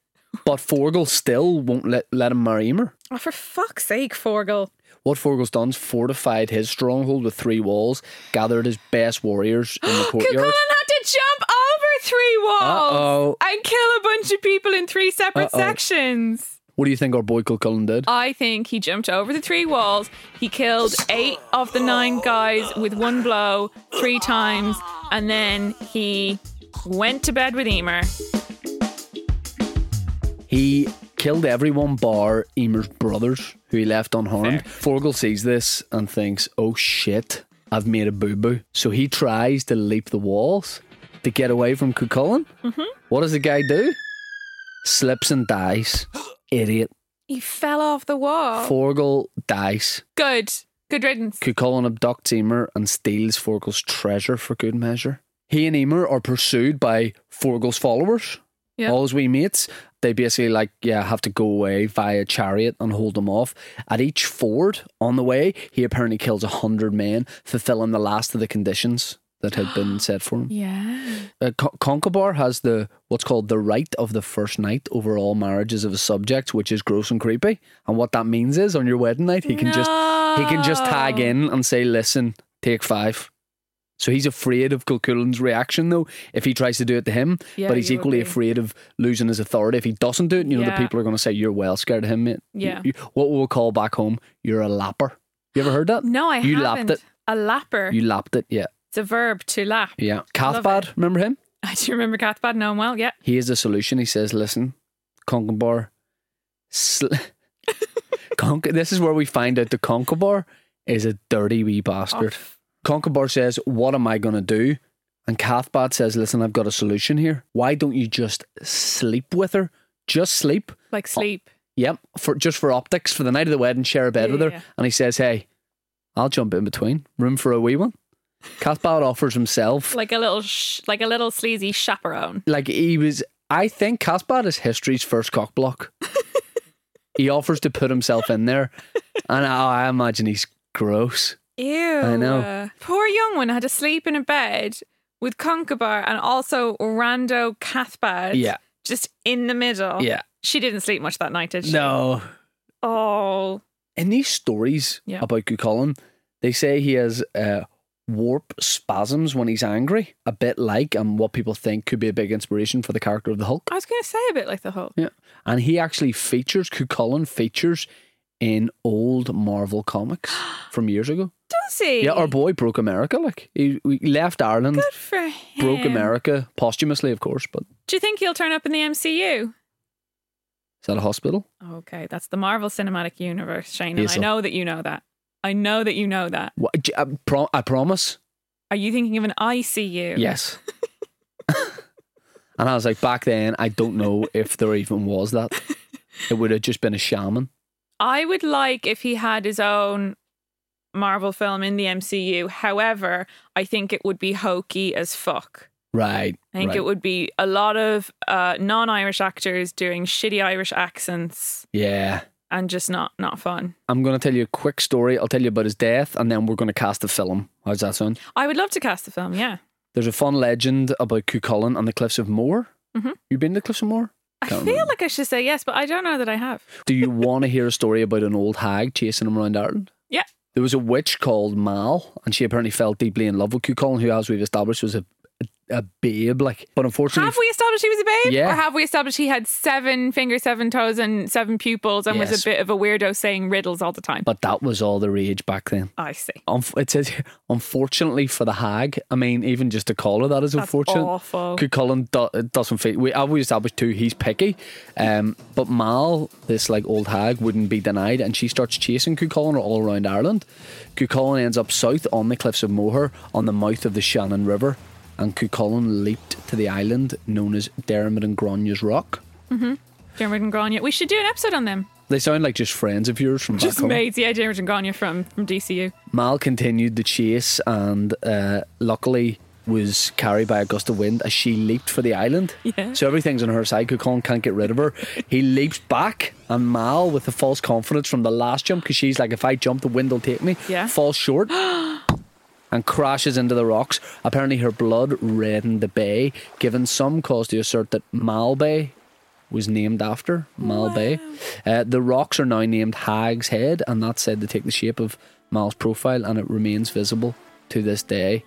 [SPEAKER 1] But Forgel still won't let, let him marry Emer.
[SPEAKER 2] Oh, for fuck's sake, Forgle.
[SPEAKER 1] What Forgel's done is fortified his stronghold with three walls, gathered his best warriors in the
[SPEAKER 2] Cucullin
[SPEAKER 1] courtyard.
[SPEAKER 2] had to jump over three walls
[SPEAKER 1] Uh-oh.
[SPEAKER 2] and kill a bunch of people in three separate
[SPEAKER 1] Uh-oh.
[SPEAKER 2] sections.
[SPEAKER 1] What do you think our boy Cucullin did?
[SPEAKER 2] I think he jumped over the three walls. He killed eight of the nine guys with one blow, three times, and then he went to bed with Emer.
[SPEAKER 1] He killed everyone bar Emer's brothers, who he left unharmed. Forgel sees this and thinks, oh shit, I've made a boo boo. So he tries to leap the walls to get away from Cucullin. Mm-hmm. What does the guy do? slips and dies. Idiot.
[SPEAKER 2] He fell off the wall.
[SPEAKER 1] Forgle dies.
[SPEAKER 2] Good. Good riddance.
[SPEAKER 1] Cuchulainn abducts Emer and steals Forgle's treasure for good measure. He and Emer are pursued by Forgle's followers.
[SPEAKER 2] Yeah.
[SPEAKER 1] All his wee mates. They basically like, yeah, have to go away via chariot and hold them off. At each ford on the way, he apparently kills a hundred men, fulfilling the last of the conditions that had been set for him.
[SPEAKER 2] Yeah.
[SPEAKER 1] Uh, Con- Concobar has the what's called the right of the first night over all marriages of his subjects, which is gross and creepy. And what that means is, on your wedding night, he can just he can just tag
[SPEAKER 2] No.
[SPEAKER 1] in and say, "Listen, take five. So he's afraid of Kilcullen's reaction, though, if he tries to do it to him.
[SPEAKER 2] Yeah,
[SPEAKER 1] but he's
[SPEAKER 2] you would
[SPEAKER 1] equally
[SPEAKER 2] be.
[SPEAKER 1] afraid of losing his authority if he doesn't do it. You know,
[SPEAKER 2] Yeah.
[SPEAKER 1] the people are going to say, "You're well scared of him." Mate. You-
[SPEAKER 2] Yeah.
[SPEAKER 1] you- what we'll call back home, you're a lapper. You ever heard that?
[SPEAKER 2] No, I
[SPEAKER 1] you
[SPEAKER 2] haven't.
[SPEAKER 1] lapped it.
[SPEAKER 2] A lapper.
[SPEAKER 1] You lapped it. Yeah,
[SPEAKER 2] it's a verb to lap.
[SPEAKER 1] yeah.
[SPEAKER 2] Love
[SPEAKER 1] Cathbad, remember him?
[SPEAKER 2] I do remember Cathbad knowing well. Yeah.
[SPEAKER 1] He is the solution. He says, "Listen, Concobar, sl- Conc- this is where we find out the Concobar is a dirty wee bastard." Concobar says, "What am I going to do?" And Cathbad says, "Listen, I've got a solution here. Why don't you just sleep with her? Just sleep.
[SPEAKER 2] Like sleep.
[SPEAKER 1] Yep, for just for optics for the night of the wedding, share a bed
[SPEAKER 2] Yeah,
[SPEAKER 1] with
[SPEAKER 2] yeah,
[SPEAKER 1] her."
[SPEAKER 2] yeah.
[SPEAKER 1] And he says, "Hey, I'll jump in between. Room for a wee one." Cathbad offers himself
[SPEAKER 2] Like a little, sh- like a little sleazy chaperone.
[SPEAKER 1] like he was I think Caspar is history's first cock block. he offers to put himself in there and I, I imagine he's gross.
[SPEAKER 2] Ew.
[SPEAKER 1] I know.
[SPEAKER 2] Poor young one had to sleep in a bed with Concobar and also Rando Cathbad.
[SPEAKER 1] Yeah.
[SPEAKER 2] Just in the middle.
[SPEAKER 1] Yeah.
[SPEAKER 2] She didn't sleep much that night, did she?
[SPEAKER 1] No.
[SPEAKER 2] Oh.
[SPEAKER 1] In these stories
[SPEAKER 2] Yeah.
[SPEAKER 1] about Cuchulainn, they say he has uh, warp spasms when he's angry, a bit like um, what people think could be a big inspiration for the character of the Hulk.
[SPEAKER 2] I was going to say a bit like the Hulk.
[SPEAKER 1] Yeah. And he actually features, Cuchulainn features in old Marvel comics from years ago.
[SPEAKER 2] Does he?
[SPEAKER 1] Yeah, our boy broke America. Like he, he left Ireland,
[SPEAKER 2] Good for him.
[SPEAKER 1] broke America posthumously, of course. But
[SPEAKER 2] Do you think he'll turn up in the MCU?
[SPEAKER 1] is that a hospital?
[SPEAKER 2] Okay, that's the Marvel Cinematic Universe, Shane. And I
[SPEAKER 1] Hazel.
[SPEAKER 2] know that you know that. I know that you know that.
[SPEAKER 1] What, j- I, pro- I promise.
[SPEAKER 2] Are you thinking of an ICU?
[SPEAKER 1] Yes. and I was like, back then, I don't know if there even was that. It would have just been a shaman.
[SPEAKER 2] I would like if he had his own Marvel film in the MCU. However, I think it would be hokey as fuck.
[SPEAKER 1] Right.
[SPEAKER 2] I think
[SPEAKER 1] right.
[SPEAKER 2] it would be a lot of uh, non-Irish actors doing shitty Irish accents
[SPEAKER 1] Yeah.
[SPEAKER 2] and just not not fun.
[SPEAKER 1] I'm going to tell you a quick story. I'll tell you about his death, and then we're going to cast a film. How's that sound?
[SPEAKER 2] I would love to cast the film. Yeah,
[SPEAKER 1] There's a fun legend about Cuchulainn on the cliffs of Moher.
[SPEAKER 2] Mhm.
[SPEAKER 1] You been to the cliffs of Moher?
[SPEAKER 2] I
[SPEAKER 1] Don't
[SPEAKER 2] feel
[SPEAKER 1] know.
[SPEAKER 2] like I should say yes, but I don't know that I have.
[SPEAKER 1] Do you want to hear a story about an old hag chasing him around Ireland?
[SPEAKER 2] Yeah.
[SPEAKER 1] There was a witch called Mal, and she apparently fell deeply in love with Cuchulainn, who, as we've established, was a a, a babe. Like, but unfortunately,
[SPEAKER 2] Have we established he was a babe?
[SPEAKER 1] Yeah.
[SPEAKER 2] Or have we established he had seven fingers, seven toes, and seven pupils and was
[SPEAKER 1] Yes.
[SPEAKER 2] a bit of a weirdo saying riddles all the time?
[SPEAKER 1] but that was all the rage back then.
[SPEAKER 2] I see.
[SPEAKER 1] Unf- It says, here, unfortunately for the hag, I mean, even just to call her that is
[SPEAKER 2] That's
[SPEAKER 1] unfortunate.
[SPEAKER 2] awful.
[SPEAKER 1] Cuchulainn do- doesn't feel. We have we established too. He's picky, um, but Mal, this like old hag, wouldn't be denied, and she starts chasing Cuchulainn all around Ireland. Cuchulainn ends up south on the cliffs of Moher, on the mouth of the Shannon River, and Cuchulainn leaped to the island known as Dermot and Gronya's Rock.
[SPEAKER 2] Dermot and Grania. We should do an episode on them.
[SPEAKER 1] They sound like just friends of yours from
[SPEAKER 2] Just
[SPEAKER 1] back home.
[SPEAKER 2] mates. Yeah, Dermot and Grania from, from DCU.
[SPEAKER 1] Mal continued the chase and uh, luckily was carried by a gust of wind as she leaped for the island.
[SPEAKER 2] Yeah.
[SPEAKER 1] So everything's on her side. Kukon can't get rid of her. He leaps back, and Mal, with the false confidence from the last jump, because she's like, if I jump, the wind will take me,
[SPEAKER 2] Yeah.
[SPEAKER 1] falls short and crashes into the rocks. Apparently, her blood reddened the bay, giving some cause to assert that Mal Bay was named after Mal Bay. Uh, the rocks are now named Hag's Head, and that's said to take the shape of Mal's profile, and it remains visible to this day.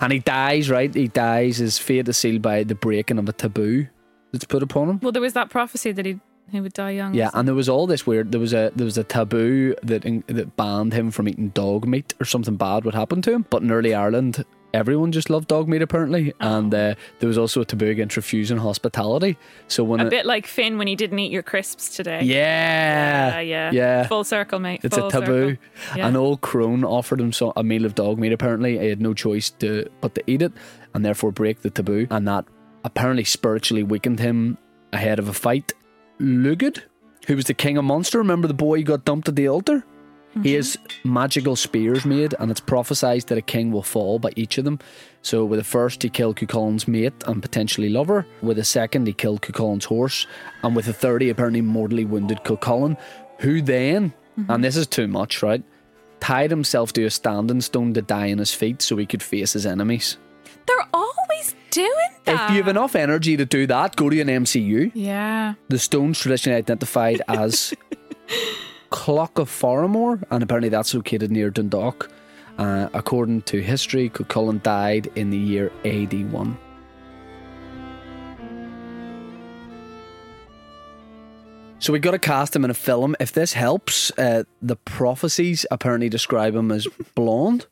[SPEAKER 1] And he dies, right? He dies. His fate is sealed by the breaking of a taboo that's put upon him.
[SPEAKER 2] Well, there was that prophecy that he he would die young.
[SPEAKER 1] Yeah, and there was all this weird. There was a there was a taboo that that banned him from eating dog meat, or something bad would happen to him. But in early Ireland, everyone just loved dog meat apparently, and
[SPEAKER 2] Oh.
[SPEAKER 1] uh, there was also a taboo against refusing hospitality. So when
[SPEAKER 2] A
[SPEAKER 1] it-
[SPEAKER 2] bit like Finn when he didn't eat your crisps today.
[SPEAKER 1] yeah,
[SPEAKER 2] Yeah, yeah.
[SPEAKER 1] yeah.
[SPEAKER 2] Full circle, mate.
[SPEAKER 1] It's
[SPEAKER 2] Full
[SPEAKER 1] a taboo.
[SPEAKER 2] circle. Yeah.
[SPEAKER 1] An old crone offered him so, a meal of dog meat. Apparently, he had no choice to but to eat it, and therefore break the taboo. And that apparently spiritually weakened him ahead of a fight. Lugud, who was the king of Monster, remember the boy who got dumped at the altar? He has magical spears made, and it's prophesied that a king will fall by each of them. So, with the first, he killed Cucullin's mate and potentially lover. With the second, he killed Cucullin's horse. And with the third, he apparently mortally wounded Cucullin, who then, and this is too much, right? Tied himself to a standing stone to die on his feet so he could face his enemies.
[SPEAKER 2] They're always doing
[SPEAKER 1] If
[SPEAKER 2] that.
[SPEAKER 1] you have enough energy to do that, go to an MCU.
[SPEAKER 2] Yeah.
[SPEAKER 1] The stone's traditionally identified as Clock of Faramore, and apparently that's located near Dundalk. Uh, according to history, Cuchulainn died in the year AD 1. So we got to cast him in a film. If this helps, uh, the prophecies apparently describe him as blonde.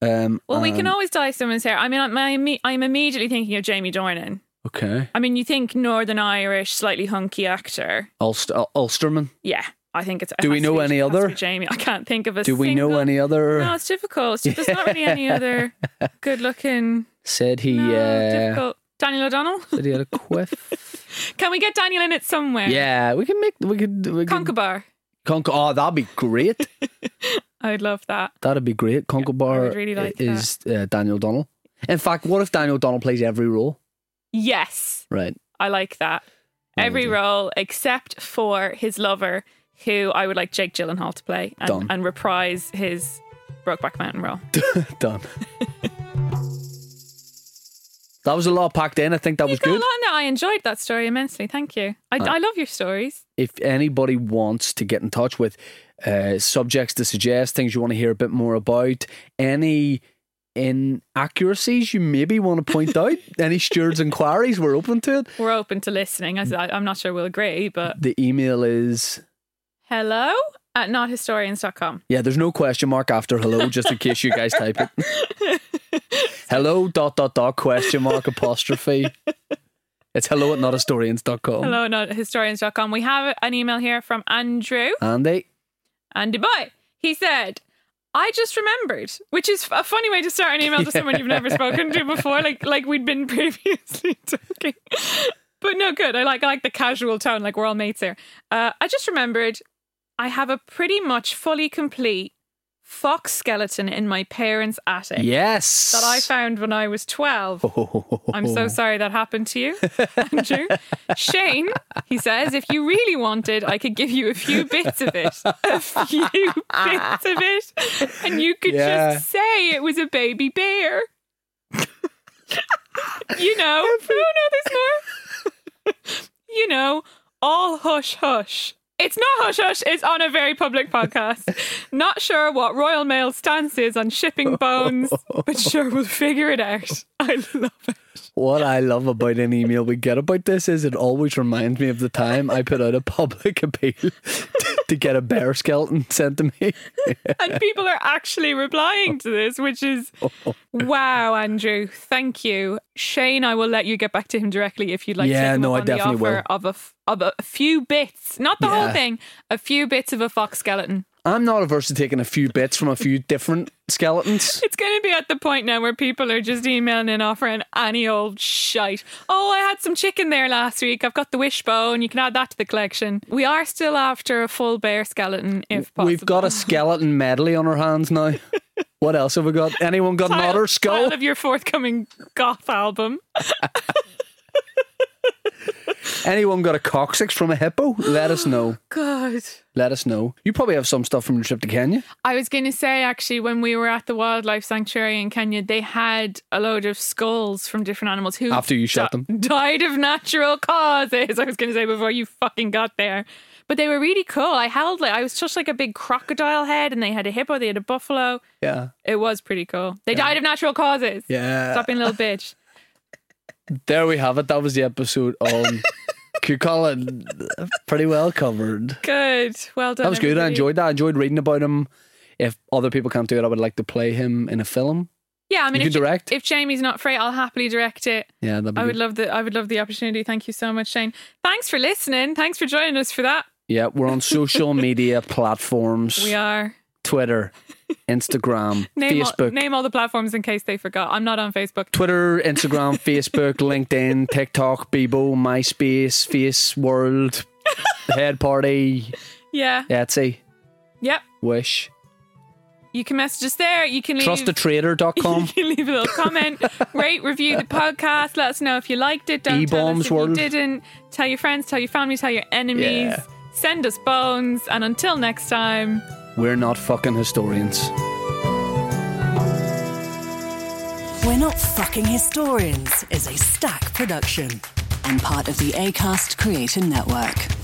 [SPEAKER 1] Um,
[SPEAKER 2] Well, we can
[SPEAKER 1] and-
[SPEAKER 2] always dye someone's hair. I mean, I'm, I'm I'm immediately thinking of Jamie Dornan.
[SPEAKER 1] Okay.
[SPEAKER 2] I mean, you think Northern Irish, slightly hunky actor.
[SPEAKER 1] Ulster, Ulsterman.
[SPEAKER 2] Yeah, I think it's. it
[SPEAKER 1] Do we
[SPEAKER 2] has to
[SPEAKER 1] know
[SPEAKER 2] be-
[SPEAKER 1] any
[SPEAKER 2] it has to
[SPEAKER 1] other?
[SPEAKER 2] be Jamie? I can't think of a.
[SPEAKER 1] Do we know
[SPEAKER 2] single-
[SPEAKER 1] any other?
[SPEAKER 2] No, it's difficult. There's not really any other good-looking.
[SPEAKER 1] Said he.
[SPEAKER 2] No,
[SPEAKER 1] uh,
[SPEAKER 2] Oh, difficult. Daniel O'Donnell.
[SPEAKER 1] said he had a quiff.
[SPEAKER 2] Can we get Daniel in it somewhere?
[SPEAKER 1] yeah, we can make. We could. We could
[SPEAKER 2] Concobar.
[SPEAKER 1] Conch- oh, that'd be great.
[SPEAKER 2] I would love that.
[SPEAKER 1] That'd be great.
[SPEAKER 2] I
[SPEAKER 1] Concobar
[SPEAKER 2] would really like
[SPEAKER 1] is uh, Daniel Donnell. In fact, what if Daniel Donnell plays every role?
[SPEAKER 2] Yes,
[SPEAKER 1] Right.
[SPEAKER 2] I like that.
[SPEAKER 1] Well,
[SPEAKER 2] Every
[SPEAKER 1] do.
[SPEAKER 2] role except for his lover, who I would like Jake Gyllenhaal to play
[SPEAKER 1] Done.
[SPEAKER 2] and, and reprise his Brokeback Mountain role.
[SPEAKER 1] Done. that was a lot packed in. I think that was
[SPEAKER 2] Got a
[SPEAKER 1] good. Uh,
[SPEAKER 2] lot in there. I enjoyed that story immensely. Thank you. I, I love your stories.
[SPEAKER 1] if anybody wants to get in touch with uh, subjects to suggest, things you want to hear a bit more about, any inaccuracies you maybe want to point out, any Stuart's inquiries, we're open to it.
[SPEAKER 2] We're open to listening. As I, I'm not sure we'll agree, but
[SPEAKER 1] The email is
[SPEAKER 2] hello at nothistorians.com.
[SPEAKER 1] yeah, there's no question mark after hello, just in case you guys type it. hello dot dot dot question mark apostrophe. It's hello at nothistorians.com.
[SPEAKER 2] Hello at nothistorians.com. We have an email here from Andrew.
[SPEAKER 1] Andy.
[SPEAKER 2] Andy Boy. He said, I just remembered, which is a funny way to start an email to someone you've never spoken to before, like like we'd been previously talking. But no, good. I like I like the casual tone, like we're all mates here. Uh, I just remembered I have a pretty much fully complete fox skeleton in my parents' attic
[SPEAKER 1] Yes.
[SPEAKER 2] that I found when I was 12. I'm so sorry that happened to you, Andrew. Shane, he says, if you really wanted, I could give you a few bits of it. A few bits of it. And you could
[SPEAKER 1] Yeah.
[SPEAKER 2] just say it was a baby bear. you know, no, no, there's more. you know, all hush hush. It's not hush hush, it's on a very public podcast. Not sure what Royal Mail's stance is on shipping bones, but sure, we'll figure it out. I love it.
[SPEAKER 1] What I love about an email we get about this is it always reminds me of the time I put out a public appeal to, to get a bear skeleton sent to me.
[SPEAKER 2] and people are actually replying to this, which is wow, Andrew. Thank you, Shane. I will let you get back to him directly if you'd like. to
[SPEAKER 1] Yeah,
[SPEAKER 2] take him
[SPEAKER 1] no,
[SPEAKER 2] up
[SPEAKER 1] I
[SPEAKER 2] on
[SPEAKER 1] definitely
[SPEAKER 2] the offer
[SPEAKER 1] will.
[SPEAKER 2] Of a f- of a few bits, not the whole
[SPEAKER 1] Yeah.
[SPEAKER 2] thing, a few bits of a fox skeleton.
[SPEAKER 1] I'm not averse to taking a few bits from a few different skeletons.
[SPEAKER 2] It's going to be at the point now where people are just emailing and offering any old shite. Oh, I had some chicken there last week. I've got the wishbone. You can add that to the collection. We are still after a full bear skeleton, if possible.
[SPEAKER 1] We've got a skeleton medley on our hands now. What else have we got? Anyone got an
[SPEAKER 2] Pile-
[SPEAKER 1] otter skull?
[SPEAKER 2] pile of your forthcoming goth album.
[SPEAKER 1] Anyone got a coccyx from a hippo? Let us know.
[SPEAKER 2] God.
[SPEAKER 1] Let us know. You probably have some stuff from your trip to Kenya.
[SPEAKER 2] I was going to say actually, when we were at the wildlife sanctuary in Kenya, they had a load of skulls from different animals who
[SPEAKER 1] After you shot them.
[SPEAKER 2] died of natural causes. I was going to say before you fucking got there, but they were really cool. I held like I was just like a big crocodile head, and they had a hippo, they had a buffalo.
[SPEAKER 1] Yeah.
[SPEAKER 2] It was pretty cool. They died of natural causes.
[SPEAKER 1] Yeah.
[SPEAKER 2] Stop being a little bitch.
[SPEAKER 1] There we have it. That was the episode on Cucullin. Pretty well covered.
[SPEAKER 2] Good. Well done.
[SPEAKER 1] That was good. I
[SPEAKER 2] everybody.
[SPEAKER 1] enjoyed that. I enjoyed reading about him. If other people can't do it, I would like to play him in a film.
[SPEAKER 2] Yeah, I mean,
[SPEAKER 1] You
[SPEAKER 2] if,
[SPEAKER 1] can
[SPEAKER 2] Ja-
[SPEAKER 1] direct. Mm-hmm.
[SPEAKER 2] if Jamie's not free, I'll happily direct it.
[SPEAKER 1] Yeah, that'd be
[SPEAKER 2] I would
[SPEAKER 1] good.
[SPEAKER 2] love the I would love the opportunity. Thank you so much, Shane. Thanks for listening. Thanks for joining us for that.
[SPEAKER 1] yeah, we're on social media platforms.
[SPEAKER 2] We are
[SPEAKER 1] Twitter, Instagram,
[SPEAKER 2] Name
[SPEAKER 1] Facebook.
[SPEAKER 2] all, name all the platforms in case they forgot. I'm not on Facebook.
[SPEAKER 1] Twitter, Instagram, Facebook, LinkedIn, TikTok, Bebo, MySpace, Face World, Head Party,
[SPEAKER 2] yeah.
[SPEAKER 1] Etsy,
[SPEAKER 2] Yep.
[SPEAKER 1] Wish,
[SPEAKER 2] You can message us there. You can leave
[SPEAKER 1] TrustTheTrader.com.
[SPEAKER 2] you can leave a little comment, rate, review the podcast. Let us know if you liked it. Don't tell us
[SPEAKER 1] E-bombs
[SPEAKER 2] if
[SPEAKER 1] world.
[SPEAKER 2] you didn't. Tell your friends, tell your family, tell your enemies.
[SPEAKER 1] Yeah.
[SPEAKER 2] Send us bones. And until next time.
[SPEAKER 1] We're not fucking historians.
[SPEAKER 3] We're Not Fucking Historians is a stack production and part of the ACAST Creator Network.